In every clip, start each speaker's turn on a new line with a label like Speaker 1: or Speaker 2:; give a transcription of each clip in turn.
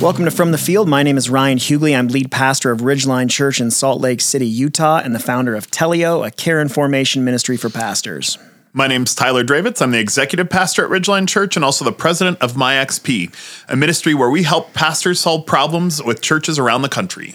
Speaker 1: Welcome to From the Field. My name is Ryan Hughley. I'm lead pastor of Ridgeline Church in Salt Lake City, Utah, and the founder of Teleo, a care and formation ministry for pastors.
Speaker 2: My name's Tyler Dravitz. I'm the executive pastor at Ridgeline Church and also the president of MyXP, a ministry where we help pastors solve problems with churches around the country.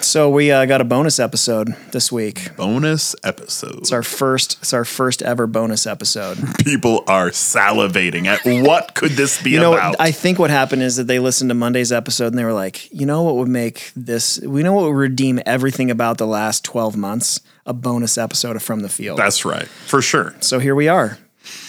Speaker 1: So we uh, got a bonus episode this week.
Speaker 2: Bonus episode.
Speaker 1: It's our first. It's our first ever bonus episode.
Speaker 2: People are salivating at what could this be
Speaker 1: You know,
Speaker 2: about?
Speaker 1: I think what happened is that they listened to Monday's episode and they were like, you know what would make this? We know what would redeem everything about the last twelve months? A bonus episode of From the Field.
Speaker 2: That's right, for sure.
Speaker 1: so here we are.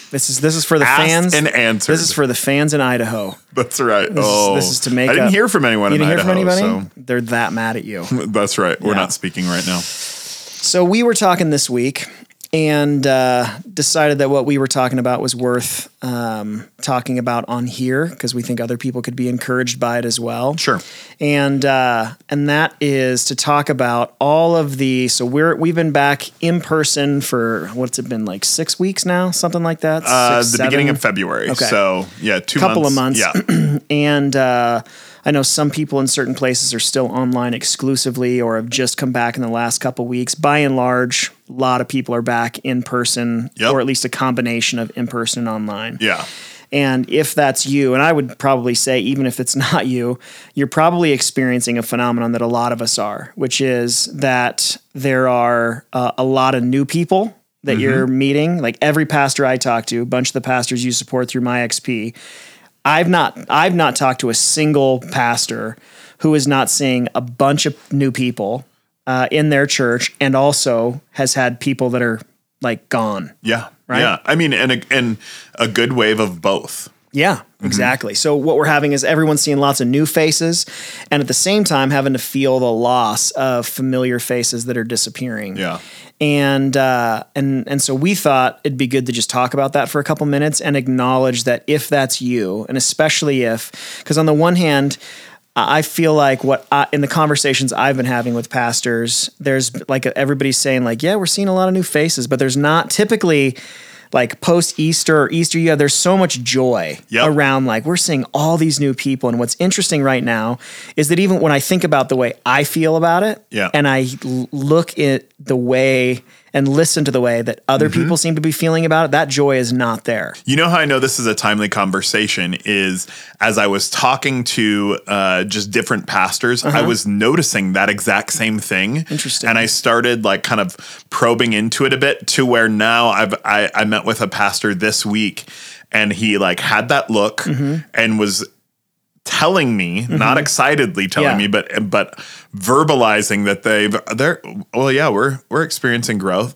Speaker 1: This is this is for the
Speaker 2: Asked
Speaker 1: fans
Speaker 2: and answered.
Speaker 1: This is for the fans in Idaho.
Speaker 2: That's right.
Speaker 1: This,
Speaker 2: oh,
Speaker 1: is, this is to make.
Speaker 2: I didn't
Speaker 1: up-
Speaker 2: hear from anyone
Speaker 1: You
Speaker 2: in
Speaker 1: didn't
Speaker 2: Idaho.
Speaker 1: hear from anybody. They're that mad at you.
Speaker 2: So that's right. We're
Speaker 1: Yeah.
Speaker 2: not speaking right now.
Speaker 1: so we were talking this week and uh, decided that what we were talking about was worth um, talking about on here because we think other people could be encouraged by it as well.
Speaker 2: Sure.
Speaker 1: And uh, and that is to talk about all of the. So we're we've been back in person for what's it been like six weeks now, something like that.
Speaker 2: Uh, the
Speaker 1: Six,
Speaker 2: beginning
Speaker 1: seven?
Speaker 2: of February.
Speaker 1: Okay.
Speaker 2: So yeah, two
Speaker 1: Couple of
Speaker 2: months.
Speaker 1: months.
Speaker 2: Yeah,
Speaker 1: and uh, I know some people in certain places are still online exclusively or have just come back in the last couple weeks. By and large, a lot of people are back in person,
Speaker 2: Yep.
Speaker 1: or at least a combination of in person and online.
Speaker 2: yeah.
Speaker 1: And if that's you, and I would probably say, even if it's not you, you're probably experiencing a phenomenon that a lot of us are, which is that there are uh, a lot of new people that you're meeting. Like every pastor I talk to, a bunch of the pastors you support through my XP, I've not I've not talked to a single pastor who is not seeing a bunch of new people uh, in their church, and also has had people that are like gone.
Speaker 2: Yeah. Yeah. I mean, and a, and a good wave of both.
Speaker 1: Yeah, exactly. So what we're having is everyone seeing lots of new faces and at the same time having to feel the loss of familiar faces that are disappearing.
Speaker 2: Yeah.
Speaker 1: And uh and and so we thought it'd be good to just talk about that for a couple minutes and acknowledge that if that's you and especially if cuz on the one hand I I feel like what I, in the conversations I've been having with pastors, there's like everybody's saying like, yeah, we're seeing a lot of new faces, but there's not typically like post Easter or Easter, yeah, there's so much joy
Speaker 2: Yep.
Speaker 1: around like we're seeing all these new people. And what's interesting right now is that even when I think about the way I feel about it,
Speaker 2: Yeah.
Speaker 1: and I l- look at the way and listen to the way that other
Speaker 2: Mm-hmm.
Speaker 1: people seem to be feeling about it, that joy is not there.
Speaker 2: You know how I know this is a timely conversation is as I was talking to uh, just different pastors, I was noticing that exact same thing.
Speaker 1: Interesting.
Speaker 2: And I started like kind of probing into it a bit to where now I've I, I met with a pastor this week, and he like had that look and was telling me not excitedly telling
Speaker 1: Mm-hmm. Yeah.
Speaker 2: me but but verbalizing that they've they're well yeah we're we're experiencing growth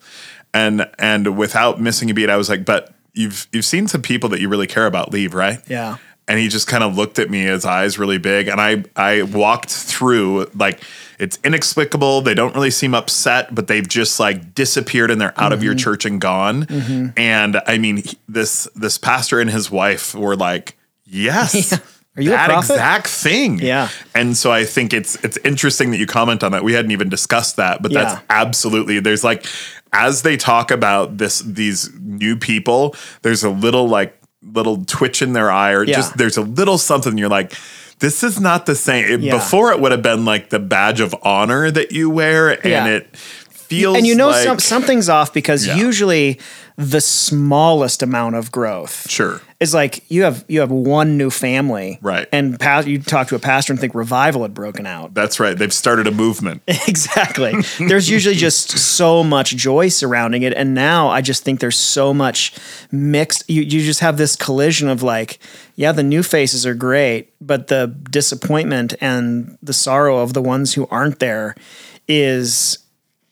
Speaker 2: and and without missing a beat i was like but you've you've seen some people that you really care about leave right
Speaker 1: Yeah.
Speaker 2: and he just kind of looked at me his eyes really big and i i walked through like it's inexplicable they don't really seem upset but they've just like disappeared and they're out of your
Speaker 1: Mm-hmm.
Speaker 2: church and gone and i mean he- this this pastor and his wife were like yes
Speaker 1: Are you a
Speaker 2: that
Speaker 1: prophet?
Speaker 2: exact thing
Speaker 1: Yeah.
Speaker 2: and so i think it's it's interesting that you comment on that we hadn't even discussed that but
Speaker 1: Yeah.
Speaker 2: that's absolutely there's like as they talk about this these new people there's a little like little twitch in their eye or
Speaker 1: Yeah.
Speaker 2: just there's a little something you're like this is not the same It-
Speaker 1: Yeah.
Speaker 2: before it would have been like the badge of honor that you wear and
Speaker 1: Yeah.
Speaker 2: it feels
Speaker 1: and you know
Speaker 2: like,
Speaker 1: some, something's off because
Speaker 2: Yeah.
Speaker 1: usually the smallest amount of growth
Speaker 2: sure
Speaker 1: is like you have you have one new family
Speaker 2: Right.
Speaker 1: and pa- you talk to a pastor and think revival had broken out
Speaker 2: that's right they've started a movement
Speaker 1: exactly there's usually just so much joy surrounding it and now i just think there's so much mixed you, you just have this collision of like yeah the new faces are great but the disappointment and the sorrow of the ones who aren't there is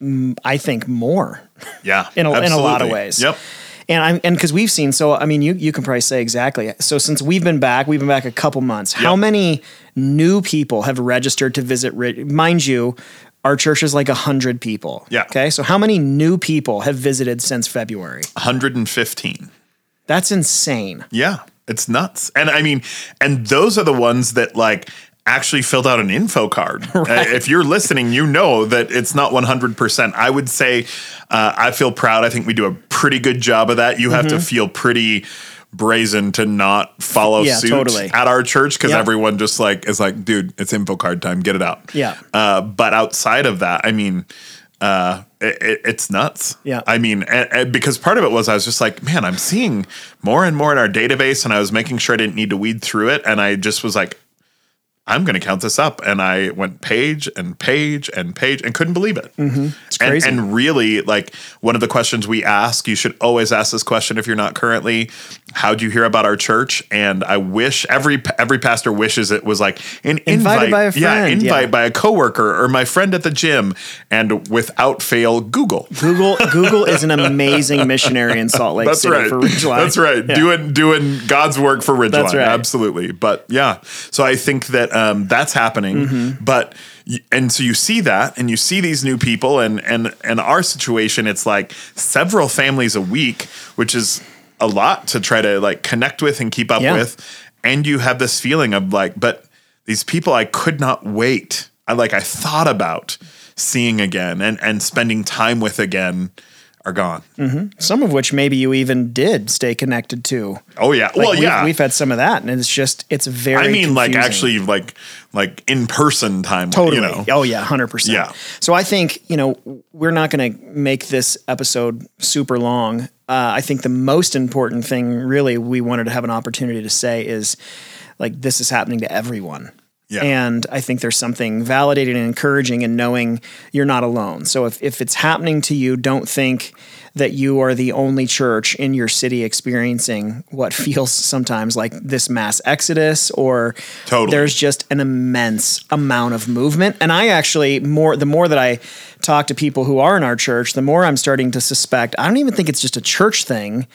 Speaker 1: mm, i think more
Speaker 2: yeah
Speaker 1: In a- in a lot of
Speaker 2: absolutely.
Speaker 1: ways.
Speaker 2: yep
Speaker 1: and I'm and because we've seen so I mean you you can probably say exactly so since we've been back we've been back a couple months how
Speaker 2: Yep.
Speaker 1: many new people have registered to visit Rid- mind you Our church is like 100 people.
Speaker 2: Yeah.
Speaker 1: Okay. So, how many new people have visited since February?
Speaker 2: 115.
Speaker 1: That's insane.
Speaker 2: Yeah, it's nuts. And I mean, and those are the ones that like actually filled out an info card. Uh, If you're listening, you know that it's not 100%. I would say uh, I feel proud. I think we do a pretty good job of that. You have
Speaker 1: Mm-hmm.
Speaker 2: to feel pretty brazen to not follow
Speaker 1: Yeah,
Speaker 2: suit
Speaker 1: totally.
Speaker 2: at our church because
Speaker 1: Yeah.
Speaker 2: everyone just like is like, dude, it's info card time. Get it out.
Speaker 1: Yeah.
Speaker 2: Uh, but outside of that, I mean, uh, it, it, it's nuts.
Speaker 1: Yeah.
Speaker 2: I mean, and, and because part of it was I was just like, man, I'm seeing more and more in our database, and I was making sure I didn't need to weed through it, and I just was like, I'm going to count this up, and I went page and page and page, and couldn't believe it. It's
Speaker 1: Mm-hmm. crazy.
Speaker 2: And, and really, like one of the questions we ask, you should always ask this question if you're not currently, how do you hear about our church? And I wish every every pastor wishes it was like an invite,
Speaker 1: Invited by a
Speaker 2: yeah,
Speaker 1: friend,
Speaker 2: invite
Speaker 1: yeah.
Speaker 2: by a coworker or my friend at the gym, and without fail, Google.
Speaker 1: Google Google is an amazing missionary in Salt Lake
Speaker 2: That's
Speaker 1: City
Speaker 2: right.
Speaker 1: for Ridgeline.
Speaker 2: That's right. Doing doing God's work for Ridgeline.
Speaker 1: That's right.
Speaker 2: Absolutely. But yeah. So I think that um, that's happening.
Speaker 1: Mm-hmm.
Speaker 2: But y- and so you see that, and you see these new people, and and and our situation, it's like several families a week, which is a lot to try to like connect with and keep up
Speaker 1: Yeah.
Speaker 2: with. And you have this feeling of like, but these people I could not wait. I like I thought about seeing again and and spending time with again are gone.
Speaker 1: Mm. Some of which maybe you even did stay connected to.
Speaker 2: Oh yeah.
Speaker 1: Like,
Speaker 2: well
Speaker 1: we've,
Speaker 2: yeah.
Speaker 1: we've had some of that, and it's just it's very.
Speaker 2: I mean, like
Speaker 1: confusing.
Speaker 2: actually, like like in person time.
Speaker 1: Totally.
Speaker 2: You know.
Speaker 1: Oh yeah, hundred percent.
Speaker 2: Yeah.
Speaker 1: So I think you know we're not going to make this episode super long. Uh, I think the most important thing, really, we wanted to have an opportunity to say is like this is happening to everyone.
Speaker 2: Yeah.
Speaker 1: And I think there's something validating and encouraging in knowing you're not alone. So if, if it's happening to you, don't think that you are the only church in your city experiencing what feels sometimes like this mass exodus or
Speaker 2: Totally.
Speaker 1: there's just an immense amount of movement. And I actually more the more that I talk to people who are in our church, the more I'm starting to suspect I don't even think it's just a church thing.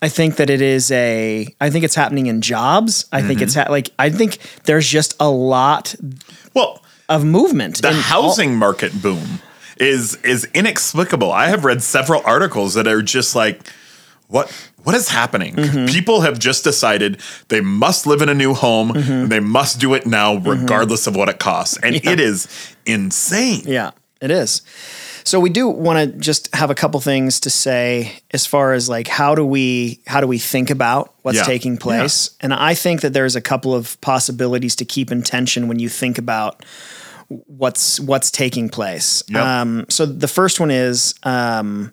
Speaker 1: I think that it is a. I think it's happening in jobs. I
Speaker 2: Mm-hmm.
Speaker 1: think it's ha- like I think there's just a lot
Speaker 2: Well,
Speaker 1: of movement.
Speaker 2: the
Speaker 1: in all-
Speaker 2: housing market boom is is inexplicable. I have read several articles that are just like, what what is happening?
Speaker 1: Mm-hmm.
Speaker 2: People have just decided they must live in a new home
Speaker 1: Mm-hmm.
Speaker 2: and they must do it now, regardless of what it costs, and it is insane.
Speaker 1: yeah, it is. So we do want to just have a couple things to say as far as like how do we how do we think about what's
Speaker 2: Yeah.
Speaker 1: taking place? And I think that there's a couple of possibilities to keep in tension when you think about what's what's taking place.
Speaker 2: Yep.
Speaker 1: Um, so the first one is um,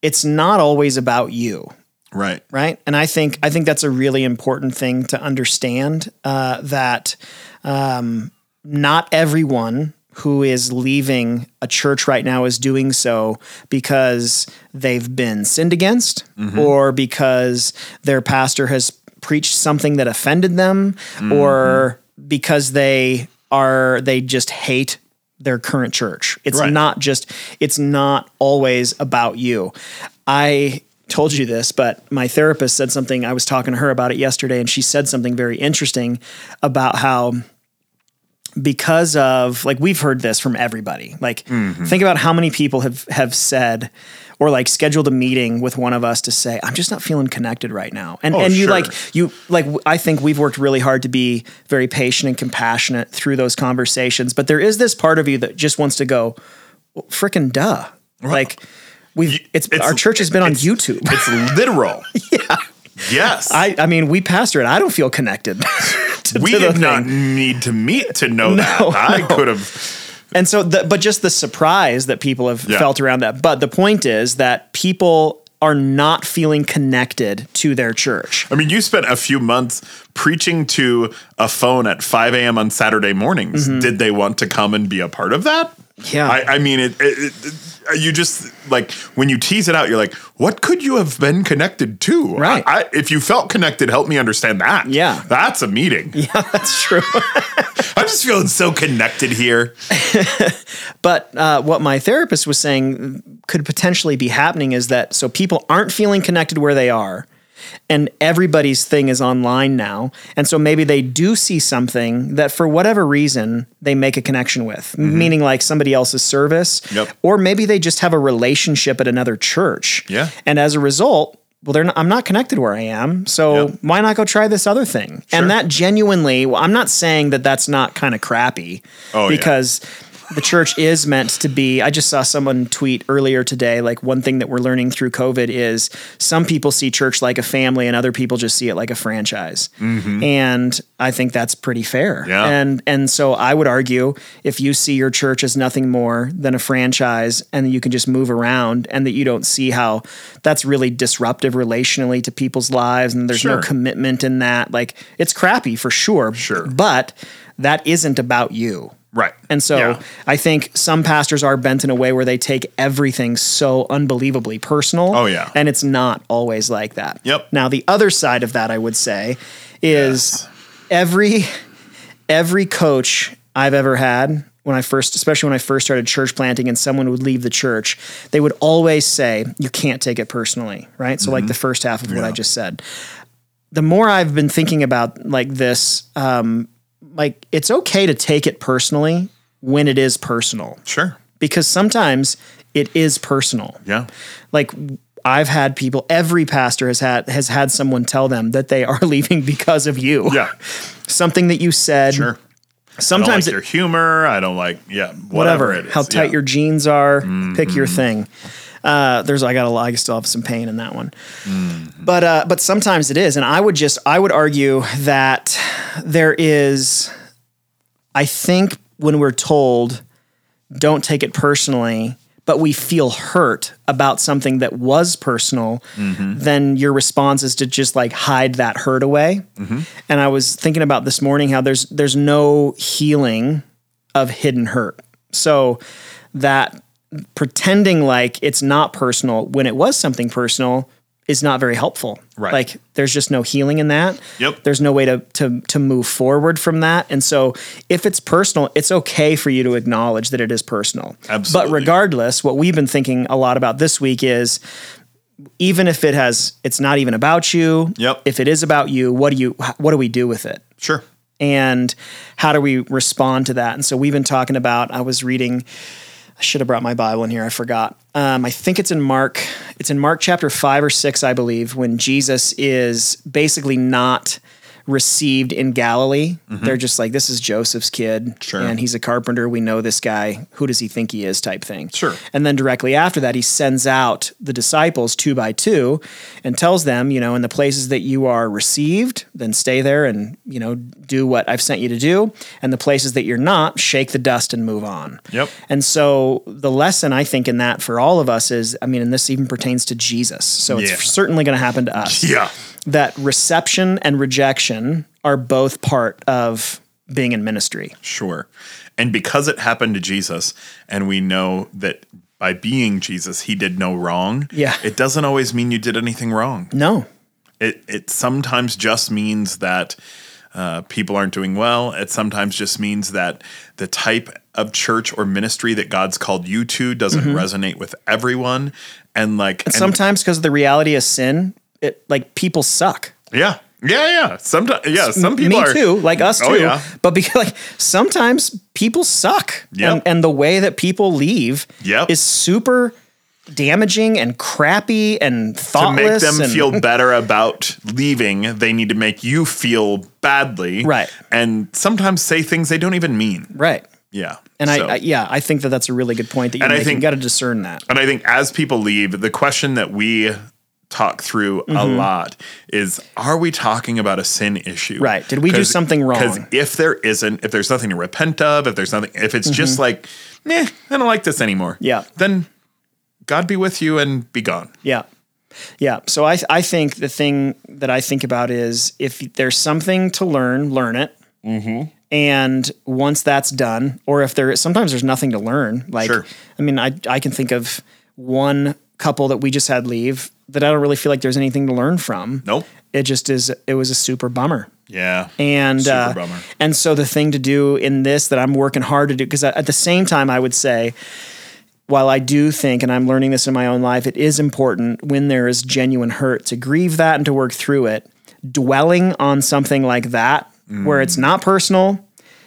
Speaker 1: it's not always about you.
Speaker 2: Right.
Speaker 1: right? And I think I think that's a really important thing to understand uh, that um, not everyone who is leaving a church right now is doing so because they've been sinned against or because their pastor has preached something that offended them or because they are they just hate their current church. It's
Speaker 2: Right.
Speaker 1: not just it's not always about you. I told you this, but my therapist said something I was talking to her about it yesterday and she said something very interesting about how because of like we've heard this from everybody. Like
Speaker 2: Mm-hmm.
Speaker 1: think about how many people have have said or like scheduled a meeting with one of us to say I'm just not feeling connected right now. And and you
Speaker 2: Oh, sure.
Speaker 1: like you like w- I think we've worked really hard to be very patient and compassionate through those conversations, but there is this part of you that just wants to go well, frickin' duh. Like we've it's,
Speaker 2: it's-
Speaker 1: our church has been on YouTube.
Speaker 2: It's literal. yeah. Yes.
Speaker 1: I, I mean, we pastor it. I don't feel connected. to,
Speaker 2: we
Speaker 1: to the
Speaker 2: did not
Speaker 1: thing.
Speaker 2: need to meet to know that. I could have.
Speaker 1: And so, the, but just the surprise that people have
Speaker 2: Yeah.
Speaker 1: felt around that. But the point is that people are not feeling connected to their church.
Speaker 2: I mean, you spent a few months preaching to a phone at 5 a.m. on Saturday mornings. Did they want to come and be a part of that?
Speaker 1: Mm-hmm. Yeah.
Speaker 2: I, I mean, it, it, it- you just like when you tease it out, you're like, what could you have been connected to?
Speaker 1: Right.
Speaker 2: I, I- if you felt connected, help me understand that.
Speaker 1: Yeah.
Speaker 2: That's a meeting.
Speaker 1: Yeah, that's true.
Speaker 2: I'm just feeling so connected here.
Speaker 1: But uh, what my therapist was saying could potentially be happening is that so people aren't feeling connected where they are. and everybody's thing is online now. And so maybe they do see something that for whatever reason they make a connection with, meaning like somebody else's service,
Speaker 2: Mm-hmm. Yep.
Speaker 1: or maybe they just have a relationship at another church.
Speaker 2: Yeah.
Speaker 1: And as a result, well, they're not, I'm not connected where I am, so
Speaker 2: Yep.
Speaker 1: why not go try this other thing?
Speaker 2: Sure.
Speaker 1: And that genuinely, well, I'm not saying that that's not kind of crappy,
Speaker 2: Oh, yeah.
Speaker 1: because the church is meant to be. I just saw someone tweet earlier today, like one thing that we're learning through COVID is some people see church like a family, and other people just see it like a franchise, and I think that's pretty fair.
Speaker 2: Mm-hmm. Yeah.
Speaker 1: And and so I would argue if you see your church as nothing more than a franchise and you can just move around and that you don't see how that's really disruptive relationally to people's lives and there's
Speaker 2: Sure.
Speaker 1: no commitment in that. Like it's crappy for sure.
Speaker 2: Sure.
Speaker 1: But that isn't about you.
Speaker 2: Right.
Speaker 1: And so
Speaker 2: Yeah.
Speaker 1: I think some pastors are bent in a way where they take everything so unbelievably personal.
Speaker 2: Oh, yeah.
Speaker 1: And it's not always like that.
Speaker 2: Yep.
Speaker 1: Now the other side of that I would say is
Speaker 2: Yes.
Speaker 1: every every coach I've ever had when I first especially when I first started church planting and someone would leave the church, they would always say, You can't take it personally, right? So
Speaker 2: Mm-hmm.
Speaker 1: like the first half of what I just said. The more I've been thinking about like this um, like it's okay to take it personally when it is personal
Speaker 2: sure.
Speaker 1: because sometimes it is personal
Speaker 2: Yeah.
Speaker 1: like i've had people every pastor has had has had someone tell them that they are leaving because of you
Speaker 2: Yeah.
Speaker 1: something that you said
Speaker 2: Sure. I don't
Speaker 1: sometimes
Speaker 2: like
Speaker 1: it,
Speaker 2: your humor. I don't like, yeah, whatever, it is.
Speaker 1: how tight
Speaker 2: yeah. Mm-hmm.
Speaker 1: your jeans are. Pick your thing. Uh, there's I got a lot. I still have some pain in that one,
Speaker 2: Mm-hmm.
Speaker 1: but uh, but sometimes it is, and I would just I would argue that there is. I think when we're told, don't take it personally. But we feel hurt about something that was personal, then your response is to just like hide that hurt away. And I was thinking about this morning how there's there's no healing of hidden hurt. So that pretending like it's not personal when it was something personal is not very helpful.
Speaker 2: Right.
Speaker 1: Like there's just no healing in that.
Speaker 2: Yep.
Speaker 1: There's no way to to to move forward from that. And so if it's personal, it's okay for you to acknowledge that it is personal.
Speaker 2: Absolutely.
Speaker 1: But regardless, what we've been thinking a lot about this week is even if it has it's not even about you,
Speaker 2: Yep.
Speaker 1: if it is about you, what do you what do we do with it?
Speaker 2: Sure.
Speaker 1: and how do we respond to that? And so we've been talking about. I was reading. I should have brought my Bible in here. I forgot. Um, I think it's in Mark. It's in Mark chapter five or six, I believe, when Jesus is basically not received in Galilee. They're just like, "This is Joseph's kid,
Speaker 2: Sure.
Speaker 1: and he's a carpenter. We know this guy. Who does he think he is?" Type thing.
Speaker 2: Sure.
Speaker 1: And then directly after that, he sends out the disciples two by two and tells them, you know, in the places that you are received, then stay there and, you know, do what I've sent you to do. And the places that you're not, shake the dust and move on.
Speaker 2: Yep.
Speaker 1: And so the lesson I think in that for all of us is, I mean, and this even pertains to Jesus. So
Speaker 2: Yeah.
Speaker 1: it's certainly going to happen to us
Speaker 2: Yeah.
Speaker 1: that reception and rejection are both part of being in ministry.
Speaker 2: Sure. And because it happened to Jesus, and we know that by being Jesus, he did no wrong.
Speaker 1: Yeah.
Speaker 2: It doesn't always mean you did anything wrong.
Speaker 1: No,
Speaker 2: It it sometimes just means that uh, people aren't doing well. It sometimes just means that the type of church or ministry that God's called you to doesn't
Speaker 1: Mm-hmm.
Speaker 2: resonate with everyone. And like, and-
Speaker 1: sometimes because of the reality of sin, it like people suck.
Speaker 2: yeah, yeah, yeah. Sometimes, yeah. Some people
Speaker 1: me
Speaker 2: are
Speaker 1: too, like us too.
Speaker 2: Oh, yeah.
Speaker 1: But because like sometimes people suck,
Speaker 2: Yep.
Speaker 1: and, and the way that people leave
Speaker 2: Yep.
Speaker 1: is super damaging and crappy and
Speaker 2: to make
Speaker 1: thoughtless.
Speaker 2: them
Speaker 1: and-
Speaker 2: feel better about leaving, they need to make you feel badly.
Speaker 1: Right.
Speaker 2: And sometimes say things they don't even mean.
Speaker 1: right.
Speaker 2: Yeah.
Speaker 1: And I,
Speaker 2: So-
Speaker 1: I, yeah, I think that that's a really good point that you're
Speaker 2: And I
Speaker 1: making.
Speaker 2: think-
Speaker 1: you got to discern that.
Speaker 2: and I think as people leave, the question that we talk through a
Speaker 1: Mm-hmm.
Speaker 2: lot is are we talking about a sin issue?
Speaker 1: Right. Did we do something wrong?
Speaker 2: Because if there isn't, if there's nothing to repent of, if there's nothing, if it's just like, meh, I don't like this anymore.
Speaker 1: Mm-hmm. Yeah.
Speaker 2: Then God be with you and be gone.
Speaker 1: Yeah. Yeah. So I, I think the thing that I think about is if there's something to learn, learn it. And once that's done, or if there, sometimes there's nothing to learn. Like,
Speaker 2: Sure.
Speaker 1: I mean, I, I can think of one couple that we just had leave that I don't really feel like there's anything to learn from.
Speaker 2: Nope.
Speaker 1: It just is, it was a super bummer.
Speaker 2: Yeah.
Speaker 1: And
Speaker 2: Super
Speaker 1: uh,
Speaker 2: bummer.
Speaker 1: and so the thing to do in this that I'm working hard to do because at the same time I would say while I do think, and I'm learning this in my own life, it is important when there is genuine hurt to grieve that and to work through it. Dwelling on something like that, where it's not personal,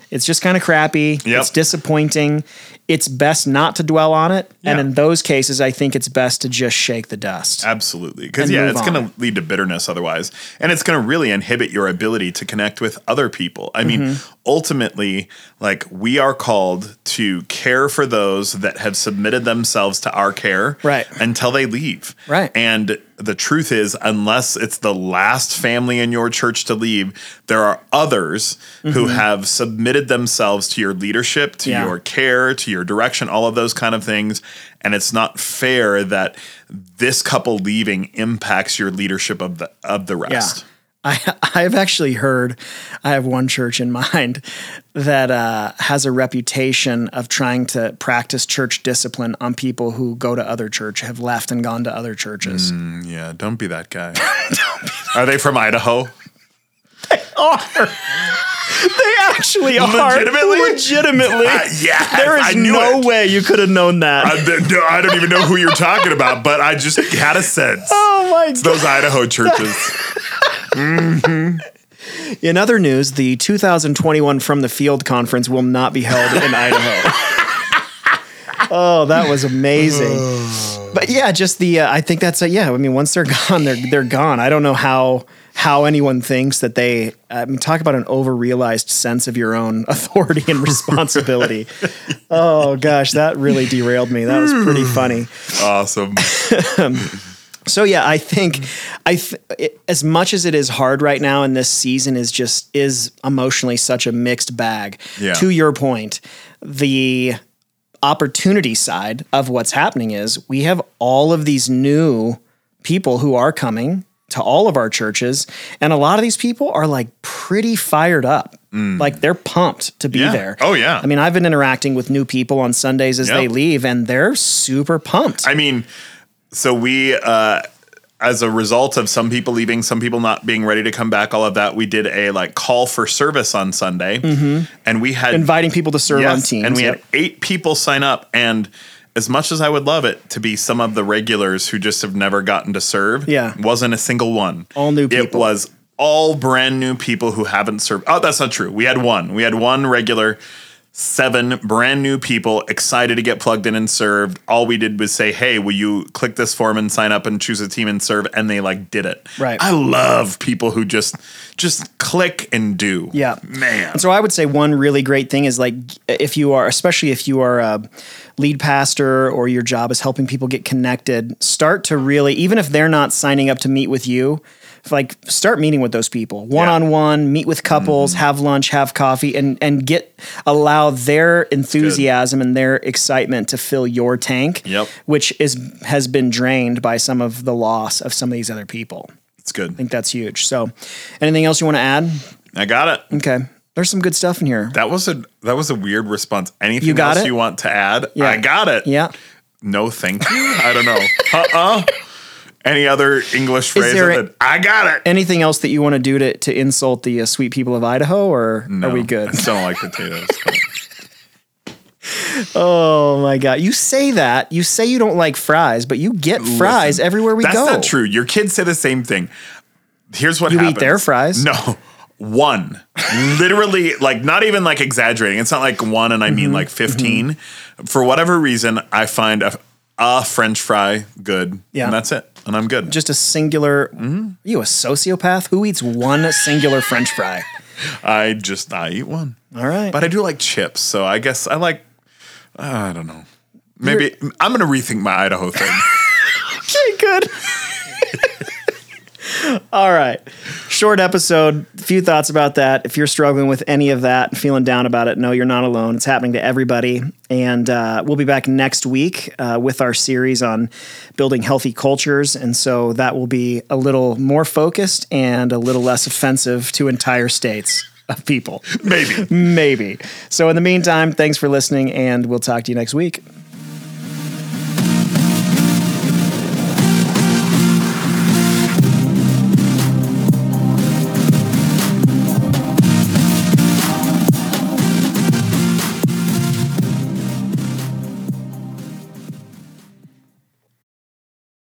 Speaker 1: it's just kind of crappy,
Speaker 2: Yep.
Speaker 1: it's disappointing, it's best not to dwell on it. And
Speaker 2: Yeah.
Speaker 1: in those cases, I think it's best to just shake the dust.
Speaker 2: Absolutely. Because,
Speaker 1: And
Speaker 2: yeah,
Speaker 1: move
Speaker 2: it's
Speaker 1: on.
Speaker 2: going to lead to bitterness otherwise. And it's going to really inhibit your ability to connect with other people. I mean,
Speaker 1: Mm-hmm.
Speaker 2: ultimately, like, we are called to care for those that have submitted themselves to our care
Speaker 1: Right.
Speaker 2: until they leave.
Speaker 1: Right.
Speaker 2: And the truth is, unless it's the last family in your church to leave, there are others who have submitted themselves to your leadership, to
Speaker 1: Mm-hmm. Yeah.
Speaker 2: your care, to your direction, all of those kind of things. And it's not fair that this couple leaving impacts your leadership of the of the rest.
Speaker 1: I I've actually heard I have one church in mind that uh, has a reputation of trying to practice church discipline on people who go to other church, have left and gone to other churches.
Speaker 2: Yeah, don't be that guy. Are they from Idaho?
Speaker 1: They actually are
Speaker 2: Legitimately?
Speaker 1: Legitimately,
Speaker 2: Ah, yes,
Speaker 1: there
Speaker 2: I
Speaker 1: is
Speaker 2: knew
Speaker 1: no
Speaker 2: it.
Speaker 1: way you could have known that.
Speaker 2: I, th- no, I don't even know who you're talking about, but I just had a sense.
Speaker 1: oh my god!
Speaker 2: Those Idaho churches.
Speaker 1: In other news, the 2021 From the Field conference will not be held in Idaho. oh, that was amazing. But yeah, just the uh, I think that's a, yeah. I mean, once they're gone, they're they're gone. I don't know how how anyone thinks that they I mean, talk about an overrealized sense of your own authority and responsibility. oh gosh, that really derailed me. That was pretty funny.
Speaker 2: Awesome.
Speaker 1: So yeah, I think
Speaker 2: Mm-hmm.
Speaker 1: I th- it, as much as it is hard right now, and this season is just is emotionally such a mixed bag.
Speaker 2: Yeah.
Speaker 1: To your point, the opportunity side of what's happening is we have all of these new people who are coming to all of our churches, and a lot of these people are like pretty fired up. Like they're pumped to be
Speaker 2: Mm. Yeah.
Speaker 1: there.
Speaker 2: Oh, yeah.
Speaker 1: I mean, I've been interacting with new people on Sundays as they leave, and they're super pumped.
Speaker 2: I mean, so we, uh, as a result of some people leaving, some people not being ready to come back, all of that, we did a like call for service on Sunday, and we had
Speaker 1: inviting people to serve on
Speaker 2: yes,
Speaker 1: teams.
Speaker 2: and we
Speaker 1: Yep.
Speaker 2: had eight people sign up. And as much as I would love it to be some of the regulars who just have never gotten to serve,
Speaker 1: Yeah.
Speaker 2: wasn't a single one.
Speaker 1: All new
Speaker 2: It
Speaker 1: people.
Speaker 2: was all brand new people who haven't served. Oh, that's not true. We had one. We had one regular. Seven brand new people excited to get plugged in and served. All we did was say, Hey, will you click this form and sign up and choose a team and serve? And they like did it.
Speaker 1: Right.
Speaker 2: I love people who just just click and do.
Speaker 1: Yeah.
Speaker 2: Man.
Speaker 1: And so I would say one really great thing is like if you are, especially if you are a lead pastor or your job is helping people get connected, start to really, even if they're not signing up to meet with you, like start meeting with those people one on one, meet with couples, have lunch, have coffee, and and get allow their enthusiasm and their excitement to fill your tank,
Speaker 2: Yep.
Speaker 1: which is has been drained by some of the loss of some of these other people. I
Speaker 2: It's good.
Speaker 1: think that's huge. So, anything else you want to add?
Speaker 2: I got it.
Speaker 1: Okay. There's some good stuff in here.
Speaker 2: That was a that was a weird response. Anything
Speaker 1: You got
Speaker 2: else
Speaker 1: it?
Speaker 2: you want to add?
Speaker 1: Yeah.
Speaker 2: I got it.
Speaker 1: Yeah.
Speaker 2: No, thank you. I don't know. Uh uh Any other English phrase?
Speaker 1: there
Speaker 2: other
Speaker 1: a-
Speaker 2: than, I got it.
Speaker 1: Anything else that you want to do to, to insult the uh, sweet people of Idaho, or are we good?
Speaker 2: I just don't like potatoes.
Speaker 1: Oh my God. You say that. You say you don't like fries, but you get fries everywhere we
Speaker 2: That's
Speaker 1: go.
Speaker 2: not true. Your kids say the same thing. Here's what
Speaker 1: You eat
Speaker 2: happens.
Speaker 1: their fries?
Speaker 2: No. One. Literally, like not even like exaggerating. It's not like one and I mean
Speaker 1: Mm-hmm.
Speaker 2: like 15. For whatever reason, I find a, a French fry good.
Speaker 1: Yeah.
Speaker 2: And that's it. And I'm good.
Speaker 1: Just a singular. Are you a sociopath? Who eats one singular French fry?
Speaker 2: I just I eat one.
Speaker 1: All right.
Speaker 2: But I do like chips, so I guess I like. I don't know. Maybe I'm gonna rethink my Idaho thing.
Speaker 1: okay, good. All right. Short episode. Few thoughts about that. If you're struggling with any of that and feeling down about it, no, you're not alone. It's happening to everybody. And uh, we'll be back next week uh, with our series on building healthy cultures. And so that will be a little more focused and a little less offensive to entire states of people.
Speaker 2: Maybe.
Speaker 1: Maybe. So in the meantime, thanks for listening, and we'll talk to you next week.